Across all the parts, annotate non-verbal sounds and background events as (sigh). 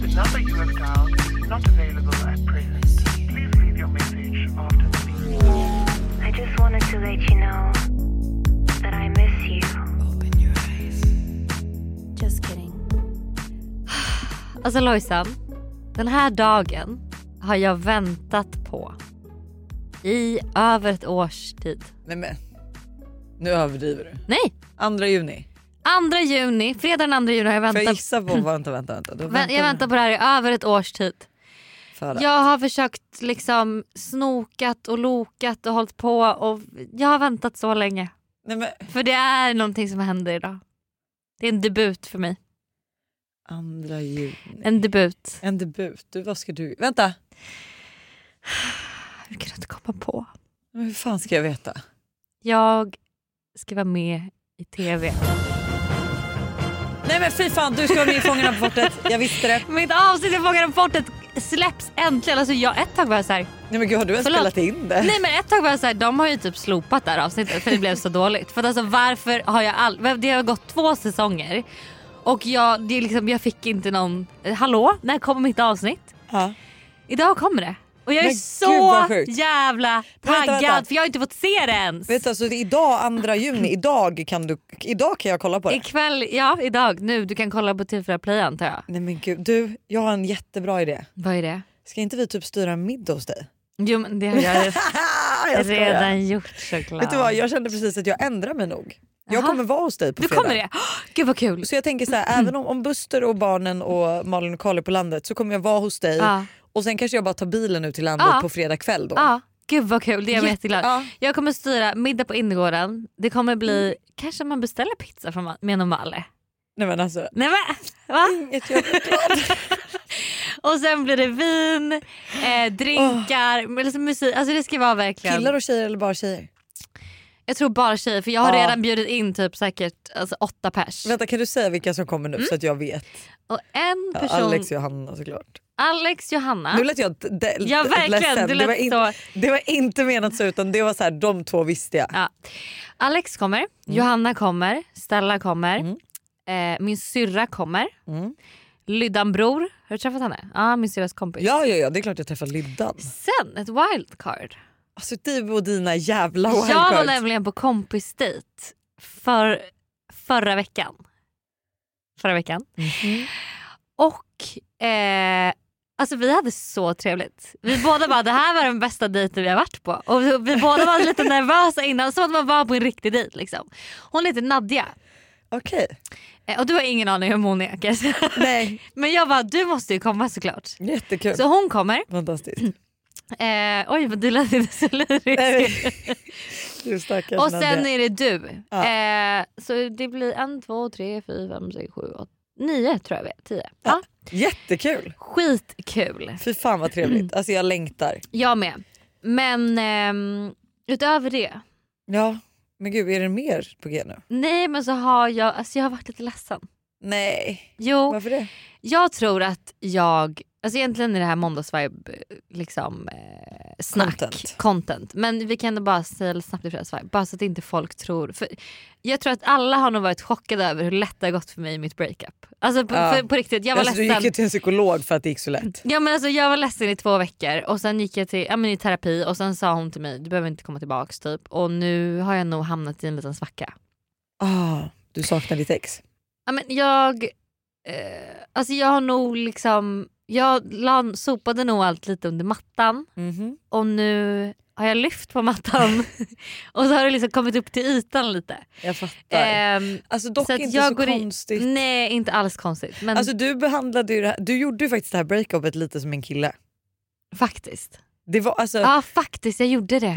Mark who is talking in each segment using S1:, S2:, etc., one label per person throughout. S1: number dialed is not available at present. Please leave your message after the beep.
S2: I just wanted to let you know that I miss you. Just kidding.
S3: Alltså Lojsan, den här dagen har jag väntat på i över ett års tid.
S4: Nej men. Nu överdriver du.
S3: Nej,
S4: Andra juni.
S3: 2 juni, fredag den 2 juni har jag
S4: Får jag
S3: väntat.
S4: gissa på? Vänta, vänta, vänta. Då
S3: Vä- Jag väntar på det här i över ett års tid.
S4: För att-
S3: Jag har försökt liksom snokat och lokat och hållit på och jag har väntat så länge.
S4: Nej men.
S3: För det är någonting som händer idag. Det är en debut för mig.
S4: Andra juni.
S3: En debut.
S4: En debut. Du, vad ska du... Vänta!
S3: Hur kan du inte komma på?
S4: Men hur fan ska jag veta?
S3: Jag ska vara med i tv.
S4: Nej men fy fan, du ska vara med i Fångarna på fortet. Jag visste det.
S3: Mitt avsnitt i Fångarna på fortet släpps äntligen. Alltså jag, ett tag var jag så här,
S4: Nej men gud, har du ens
S3: Förlåt.
S4: spelat in det?
S3: Nej men ett tag var jag såhär, de har ju typ slopat det här avsnittet för det blev så dåligt. För att alltså varför har jag all... Det har gått två säsonger och jag, det är liksom, jag fick inte någon, eh, hallå när kommer mitt avsnitt?
S4: Ja.
S3: Idag kommer det. Och jag är
S4: Men gud,
S3: så
S4: vad sjukt.
S3: jävla
S4: Men
S3: taggad
S4: vänta, vänta.
S3: för jag har inte fått se det ens.
S4: Vet du, alltså, det är idag, andra juni, idag kan, du, idag kan jag kolla på det.
S3: Ikväll, ja idag, nu, du kan kolla på TV4 Play antar jag.
S4: Nej men gud, du, jag har en jättebra idé.
S3: Vad är det?
S4: Ska inte vi typ styra en middag hos dig?
S3: Jo men det har jag
S4: (laughs) jag skojar.
S3: redan gjort såklart.
S4: Vet du vad, jag kände precis att jag ändrar mig nog. Jag
S3: Jaha.
S4: kommer vara hos dig på
S3: du
S4: fredag.
S3: kommer det? Åh, Gud vad kul.
S4: Så jag tänker så här, även om, om Buster och barnen och Malin och Karl är på landet så kommer jag vara hos dig
S3: Ja.
S4: och sen kanske jag bara tar bilen ut till landet
S3: Ja.
S4: på fredag kväll då.
S3: Ja, gud vad kul. Det är jag
S4: Jätte-
S3: jätteglad.
S4: ja.
S3: Jag kommer styra middag på innergården. Det kommer bli,
S4: Mm.
S3: kanske man beställer pizza från Ma- Meno Malle.
S4: Nej men alltså,
S3: Nej men va? (laughs)
S4: inget jag är glad.
S3: Och sen blir det vin, eh, drinkar, men liksom musik. Alltså det ska vara verkligen.
S4: Killar och tjejer eller bara tjejer?
S3: Jag tror bara tjejer för jag har
S4: Ja.
S3: redan bjudit in typ säkert alltså, åtta pers.
S4: Vänta kan du säga vilka som kommer nu så att jag vet?
S3: Och en
S4: Ja,
S3: Mm. person,
S4: Alex
S3: Alex.
S4: och Johanna såklart.
S3: Johanna.
S4: Nu lät jag d- d-
S3: Ja verkligen,
S4: ledsen.
S3: du
S4: det, var
S3: lät
S4: in-
S3: så.
S4: det var inte menat så utan det var så här, de två visste jag.
S3: Ja. Alex kommer,
S4: Mm.
S3: Johanna kommer, Stella kommer, eh, min syrra kommer,
S4: Mm.
S3: Lyddan bror, har du träffat henne? Ja, min syrras kompis.
S4: Ja ja ja det är klart jag träffar Lyddan.
S3: Sen ett wildcard.
S4: Alltså du och dina jävla
S3: Jag var
S4: wildcards.
S3: nämligen på kompisdejt för, förra veckan. Förra veckan.
S4: Mhm.
S3: Och eh, alltså vi hade så trevligt. Vi båda bara det här var den bästa dejten vi har varit på. Och vi, vi båda var
S4: (laughs)
S3: lite nervösa innan som att man var på en riktig dejt. Liksom. Hon heter Nadja
S4: Okej.
S3: Eh, och du har ingen aning om hon är kan jag säga. (laughs)
S4: Nej,
S3: Men jag bara du måste ju komma såklart.
S4: jättekul.
S3: Så hon kommer.
S4: Fantastiskt.
S3: Eh, oj vad du lät lite så lyrisk.
S4: Nej, men- du stackars
S3: Och
S4: Nadja.
S3: sen är det du.
S4: Ja.
S3: Eh, så det blir en, två, tre, fyra, fem, sex, sju, åtta, nio tror jag vi är. Tio. Ja.
S4: Jättekul!
S3: Skitkul.
S4: Fy fan vad trevligt. Alltså jag längtar.
S3: Jag med. Men ehm, utöver det.
S4: Ja, men gud är det mer på g nu?
S3: Nej men så har jag, alltså jag har varit lite ledsen.
S4: Nej,
S3: Jo,
S4: varför det?
S3: jag tror att jag, alltså egentligen är det här måndagsvibe liksom eh, snack.
S4: Content.
S3: content. Men vi kan ändå bara säga lite snabbt i fredagsvibe. Bara så att inte folk tror. För jag tror att alla har nog varit chockade över hur lätt det har gått för mig i mitt breakup. Alltså på,
S4: Ja.
S3: för, på riktigt, jag var
S4: Alltså, du gick ju
S3: ledsen.
S4: till en psykolog för att det gick så lätt.
S3: Ja, men alltså, jag var ledsen i två veckor och sen gick jag till, ja, men i terapi och sen sa hon till mig du behöver inte komma tillbaks typ. Och nu har jag nog hamnat i en liten svacka.
S4: Ah, du saknar ditt ex.
S3: Ja, men jag, eh, alltså, jag har nog liksom, jag la, sopade nog allt lite under mattan.
S4: Mhm.
S3: och nu har jag lyft på
S4: (laughs)
S3: mattan (laughs) och så har det liksom kommit upp till ytan lite.
S4: Jag fattar.
S3: Ehm,
S4: alltså dock
S3: så att
S4: inte
S3: jag
S4: så
S3: går i- Mm.
S4: konstigt.
S3: nej inte alls konstigt men
S4: Alltså du behandlade ju det här, du gjorde ju faktiskt det här breakupet lite som en kille.
S3: faktiskt.
S4: Det var alltså, ja.
S3: Ja faktiskt jag gjorde det.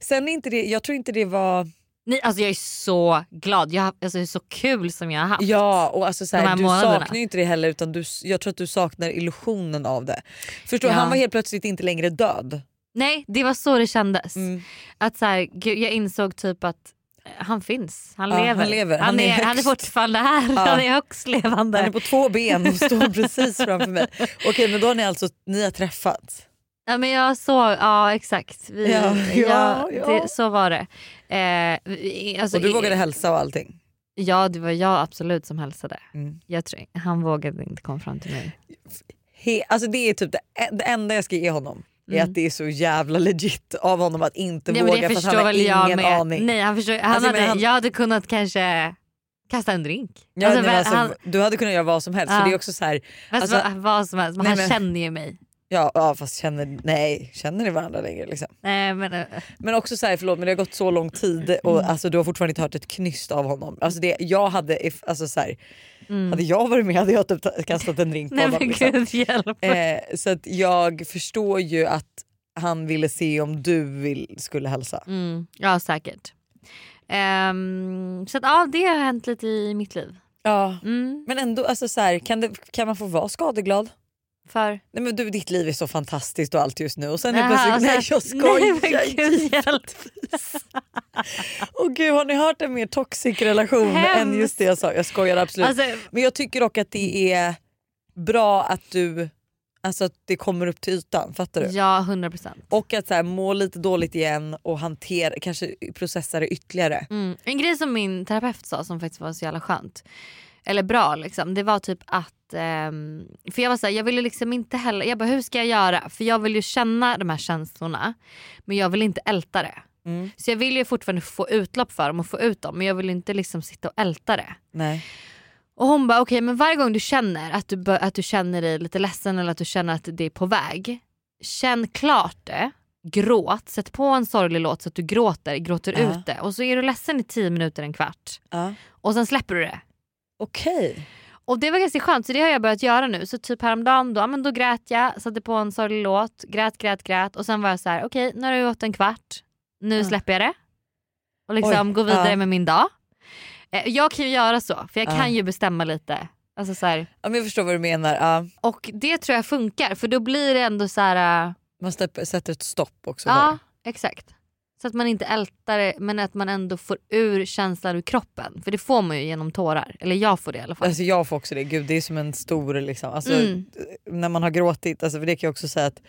S4: Sen är inte det, jag tror inte det var,
S3: Nej, alltså jag är så glad, jag, har- alltså, det är så kul som jag har haft.
S4: ja och alltså så
S3: De
S4: här,
S3: här
S4: du
S3: månaderna.
S4: saknar ju inte det heller utan du, jag tror att du saknar illusionen av det. Förstår du,
S3: Ja.
S4: han var helt plötsligt inte längre död.
S3: Nej det var så det kändes.
S4: Mm.
S3: Att så här, gud, jag insåg typ att eh, han finns, han,
S4: Ja,
S3: lever.
S4: han lever.
S3: Han,
S4: Han är
S3: är, han är
S4: högst.
S3: fortfarande här,
S4: Ja.
S3: han är högst levande.
S4: Han är på två ben (laughs) och står precis framför mig. Okej men då har ni alltså, ni har träffats.
S3: Ja men jag såg, ja exakt. Vi,
S4: Ja, ja,
S3: jag-
S4: ja.
S3: Det, så var det. Eh, vi- alltså,
S4: Och du
S3: i-
S4: vågade hälsa och allting.
S3: Ja det var jag absolut som hälsade.
S4: Mm.
S3: Jag tror, han vågade inte komma fram till mig.
S4: He, alltså det är typ det, en- det enda jag ska ge honom. Är att det är så jävla legit av honom att inte
S3: Nej, men
S4: våga
S3: det
S4: för att
S3: förstår
S4: han har
S3: väl jag
S4: ingen
S3: med.
S4: aning.
S3: Nej, han förstår, han
S4: Alltså, jag
S3: hade,
S4: menar, han-
S3: Jag hade kunnat kanske kasta en drink.
S4: Ja,
S3: alltså,
S4: nej,
S3: vem-
S4: men alltså,
S3: han,
S4: Du hade kunnat göra vad som helst.
S3: Ja.
S4: För det är också så här,
S3: vet
S4: alltså-
S3: vad, vad som helst, men
S4: Nej,
S3: han
S4: men-
S3: känner ju mig.
S4: ja, ja fast känner, nej, känner ni varandra längre? Liksom.
S3: Nej, men, eh,
S4: Men också så här, förlåt men det har gått så lång tid och alltså, du har fortfarande inte hört ett knyst av honom. Alltså, det, jag hade, if, alltså, så här, hade jag varit med hade jag typ ta- kastat en drink på
S3: nej,
S4: honom.
S3: men
S4: liksom.
S3: gud hjälp.
S4: (laughs) Eh, så att jag förstår ju att han ville se om du vill, skulle hälsa.
S3: Mm, ja säkert. Ehm, så att, ja, det har hänt lite i mitt liv.
S4: Ja.
S3: Mm,
S4: Men ändå, alltså, så här, kan, det, kan man få vara skadeglad?
S3: för...
S4: Nej men du ditt liv är så fantastiskt och allt just nu och sen är
S3: Jaha,
S4: det plötsligt, (laughs) nej
S3: alltså,
S4: jag skojar.
S3: Nej, men gud, hjälp.
S4: Och gud, har ni hört en mer toxic relation
S3: Hemskt.
S4: än just det jag sa? Jag skojar absolut.
S3: Alltså,
S4: Men jag tycker dock att det är bra att du Alltså att det kommer upp till ytan, fattar du?
S3: ja, 100 procent.
S4: Och att så här, må lite dåligt igen och hantera, kanske processa det ytterligare.
S3: Mm. En grej som min terapeut sa som faktiskt var så jävla skönt, eller bra liksom, det var typ att, ehm, för jag var såhär, jag ville liksom inte heller, jag bara hur ska jag göra? För jag vill ju känna de här känslorna men jag vill inte älta det.
S4: Mm.
S3: Så jag vill ju fortfarande få utlopp för dem och få ut dem men jag vill inte liksom sitta och älta det.
S4: Nej.
S3: Och hon bara okej men varje gång du känner att du, bör- att du känner dig lite ledsen eller att du känner att det är på väg. Känn klart det, gråt, sätt på en sorglig låt så att du gråter, gråter
S4: Ja.
S3: ut det. Och så är du ledsen i 10 minuter, en kvart.
S4: Ja.
S3: Och sen släpper du det.
S4: Okej.
S3: Och det var ganska skönt så det har jag börjat göra nu. Så typ häromdagen då, ja, men då grät jag, satte på en sorglig låt, grät, grät, grät. Och sen var jag så här: okej nu har det gått en kvart, nu
S4: Ja.
S3: släpper jag det. Och liksom
S4: Oj,
S3: går vidare
S4: ja.
S3: med min dag. Eh, Jag kan ju göra så, för jag
S4: Ja.
S3: kan ju bestämma lite. Alltså så här,
S4: Ja, men jag förstår vad du menar. Ja.
S3: och det tror jag funkar för då blir det ändå så här. äh,
S4: Man släpper, sätter ett stopp också.
S3: ja,
S4: där.
S3: exakt. Så att man inte ältar det men att man ändå får ur känslan ur kroppen. För det får man ju genom tårar. Eller jag får det i alla fall.
S4: Alltså jag får också det, gud det är som en stor liksom. Alltså,
S3: Mm.
S4: När man har gråtit, alltså, för det kan jag också säga att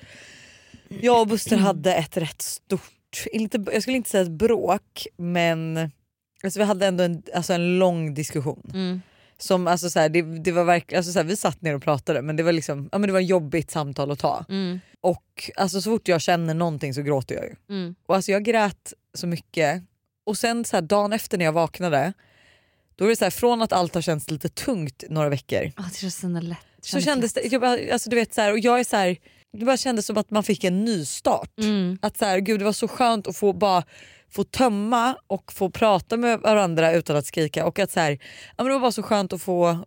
S4: jag och Buster hade ett rätt stort, inte, jag skulle inte säga ett bråk men alltså, vi hade ändå en, alltså, en lång diskussion.
S3: Mm.
S4: Som, alltså, så här, det, det var verkligen, alltså, så här, vi satt ner och pratade men det var liksom, ja, men det var ett jobbigt samtal att ta.
S3: Mm.
S4: Och alltså, så fort jag känner någonting så gråter jag ju.
S3: Mm.
S4: Och alltså jag grät så mycket. Och sen så här, dagen efter när jag vaknade, då var det så här, från att allt har känts lite tungt några veckor
S3: Åh, det känns så himla lätt.
S4: så kändes det, jag, bara- alltså du vet så här, och jag är så här, det bara kändes som att man fick en ny start.
S3: Mm.
S4: Att så här, gud det var så skönt att få bara få tömma och få prata med varandra utan att skrika och att så här, ja, men det var bara så skönt att få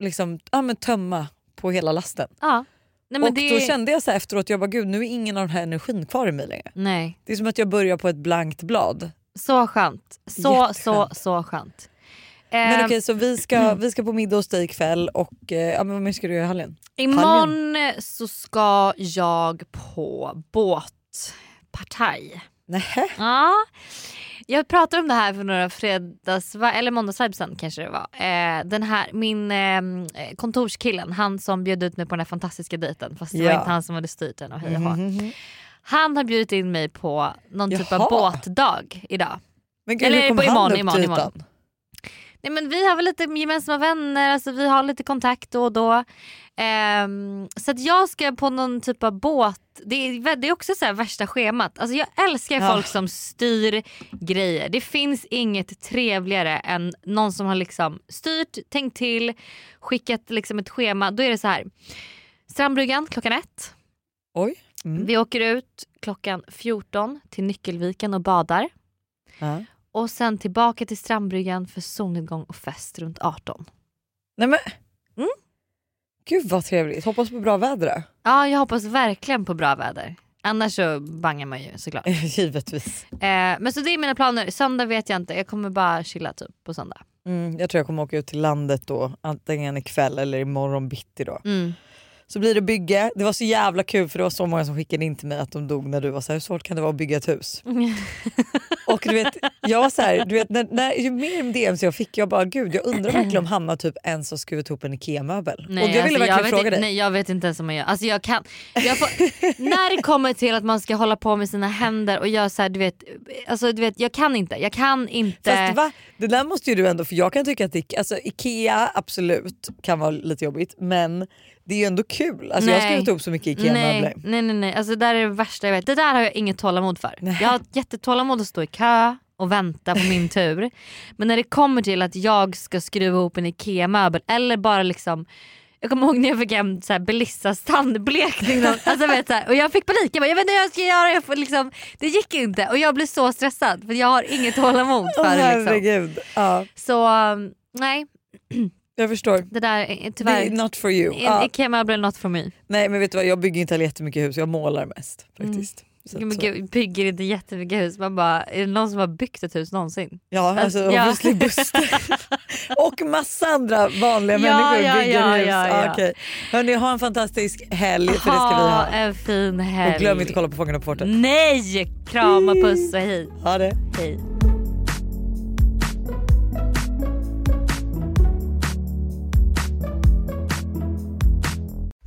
S4: liksom, ja, men tömma på hela lasten.
S3: Ja. Nej, men
S4: och
S3: det...
S4: då kände jag så här efteråt, jag bara gud nu är ingen av den här energin kvar i mig längre.
S3: Nej.
S4: Det är som att jag börjar på ett blankt blad.
S3: Så skönt. Så, så,
S4: Jätteskönt.
S3: så skönt.
S4: Men
S3: Ehm,
S4: okej så vi ska, vi ska på middag hos dig ikväll och eh, ja, men vad mer ska du göra i helgen?
S3: Imorgon eh, så ska jag på båtpartaj.
S4: Nähä?
S3: Ja. Jag pratade om det här för några fredags eller måndagsvibes sen kanske det var. Eh, den här, min eh, kontorskillen, han som bjöd ut mig på den här fantastiska dejten fast det var
S4: Ja.
S3: inte han som hade styrt den och hej och hå.
S4: Mhm.
S3: Han har bjudit in mig på någon typ av
S4: Jaha.
S3: båtdag idag.
S4: Men gud,
S3: Eller
S4: hur kom
S3: på
S4: han
S3: imorgon,
S4: upp till
S3: imorgon,
S4: ytan?
S3: imorgon. Nej, men vi har väl lite gemensamma vänner, alltså vi har lite kontakt då och då. Ehm, så att jag ska på någon typ av båt, det är, vä- det är också så här värsta schemat. Alltså jag älskar
S4: Ja.
S3: folk som styr grejer. Det finns inget trevligare än någon som har liksom styrt, tänkt till, skickat liksom ett schema. Då är det så här. Strandbryggan klockan ett.
S4: Oj. Mm.
S3: Vi åker ut klockan 14 till Nyckelviken och badar.
S4: Ja.
S3: Och sen tillbaka till strandbryggan för solnedgång och fest runt 18.
S4: Nej men.
S3: Mm.
S4: Gud vad trevligt. Hoppas på bra väder.
S3: Ja, jag hoppas verkligen på bra väder. Annars så bangar man ju såklart. Eh,
S4: (laughs) Givetvis.
S3: men så det är mina planer. Söndag vet jag inte. Jag kommer bara chilla typ på söndag.
S4: Mm, jag tror jag kommer åka ut till landet då antingen ikväll eller imorgon bitti då.
S3: Mm.
S4: Så blir det bygge. Det var så jävla kul för det var så många som skickade in till mig att de dog när du var så här, hur svårt kan det vara att bygga
S3: (laughs)
S4: ett hus? Och du vet, jag var så här, du vet när, när, ju mer DMs jag fick jag bara gud jag undrar
S3: (clears throat)
S4: verkligen om Hanna typ ens har skruvat ihop en IKEA-möbel. Och jag ville
S3: alltså,
S4: verkligen
S3: vet
S4: fråga
S3: inte,
S4: dig.
S3: Nej, jag vet inte ens hur man gör. Alltså, jag (laughs) kan, jag får, när det kommer till att man ska hålla på med sina händer och göra så här, du vet, alltså, du vet, jag kan inte. Jag kan inte.
S4: Fast va? Det där måste ju du ändå, för jag kan tycka att det, alltså, Ikea absolut kan vara lite jobbigt men det är ju ändå kul. Alltså, jag
S3: Nej.
S4: skulle inte ta upp så mycket
S3: Nej,
S4: IKEA-möbler.
S3: nej, nej, nej. Alltså, det där är det värsta jag vet. Det där har jag inget tålamod för.
S4: Nej.
S3: Jag har jättetålamod att stå i kö och vänta på min tur. Men när det kommer till att jag ska skruva ihop en IKEA-möbel eller bara liksom jag kommer ihåg när jag fick hem så här Belissas tandblekning
S4: (laughs)
S3: någon- alltså, vet, så här, och jag fick panik. Jag, bara, jag vet inte hur jag ska göra. Jag får, liksom, det gick inte och jag blev så stressad för jag har inget tålamod
S4: Åh,
S3: för det. Liksom.
S4: herregud. Ja,
S3: Så um, nej,
S4: jag förstår.
S3: det där är
S4: Det
S3: tyvärr.
S4: är not for you.
S3: en
S4: Ja.
S3: IKEA-möbel är not for me.
S4: Nej men vet du vad, jag bygger inte heller jättemycket hus, jag målar mest faktiskt. Så att
S3: Mm. Men
S4: så.
S3: gud, bygger inte jättemycket hus. Man bara, är det någon som har byggt ett hus någonsin?
S4: Ja, alltså
S3: Ja. (laughs)
S4: obviously Buster. och massa andra vanliga
S3: Ja,
S4: människor
S3: ja,
S4: bygger
S3: ja,
S4: hus. Ah,
S3: ja, ja.
S4: okej. Hörni, ha en fantastisk helg för det ska vi ha.
S3: en fin helg. Mm.
S4: Och glöm inte att kolla på Fångarna på fortet.
S3: Nej! Kram och puss och hej.
S4: Ha det!
S3: hej.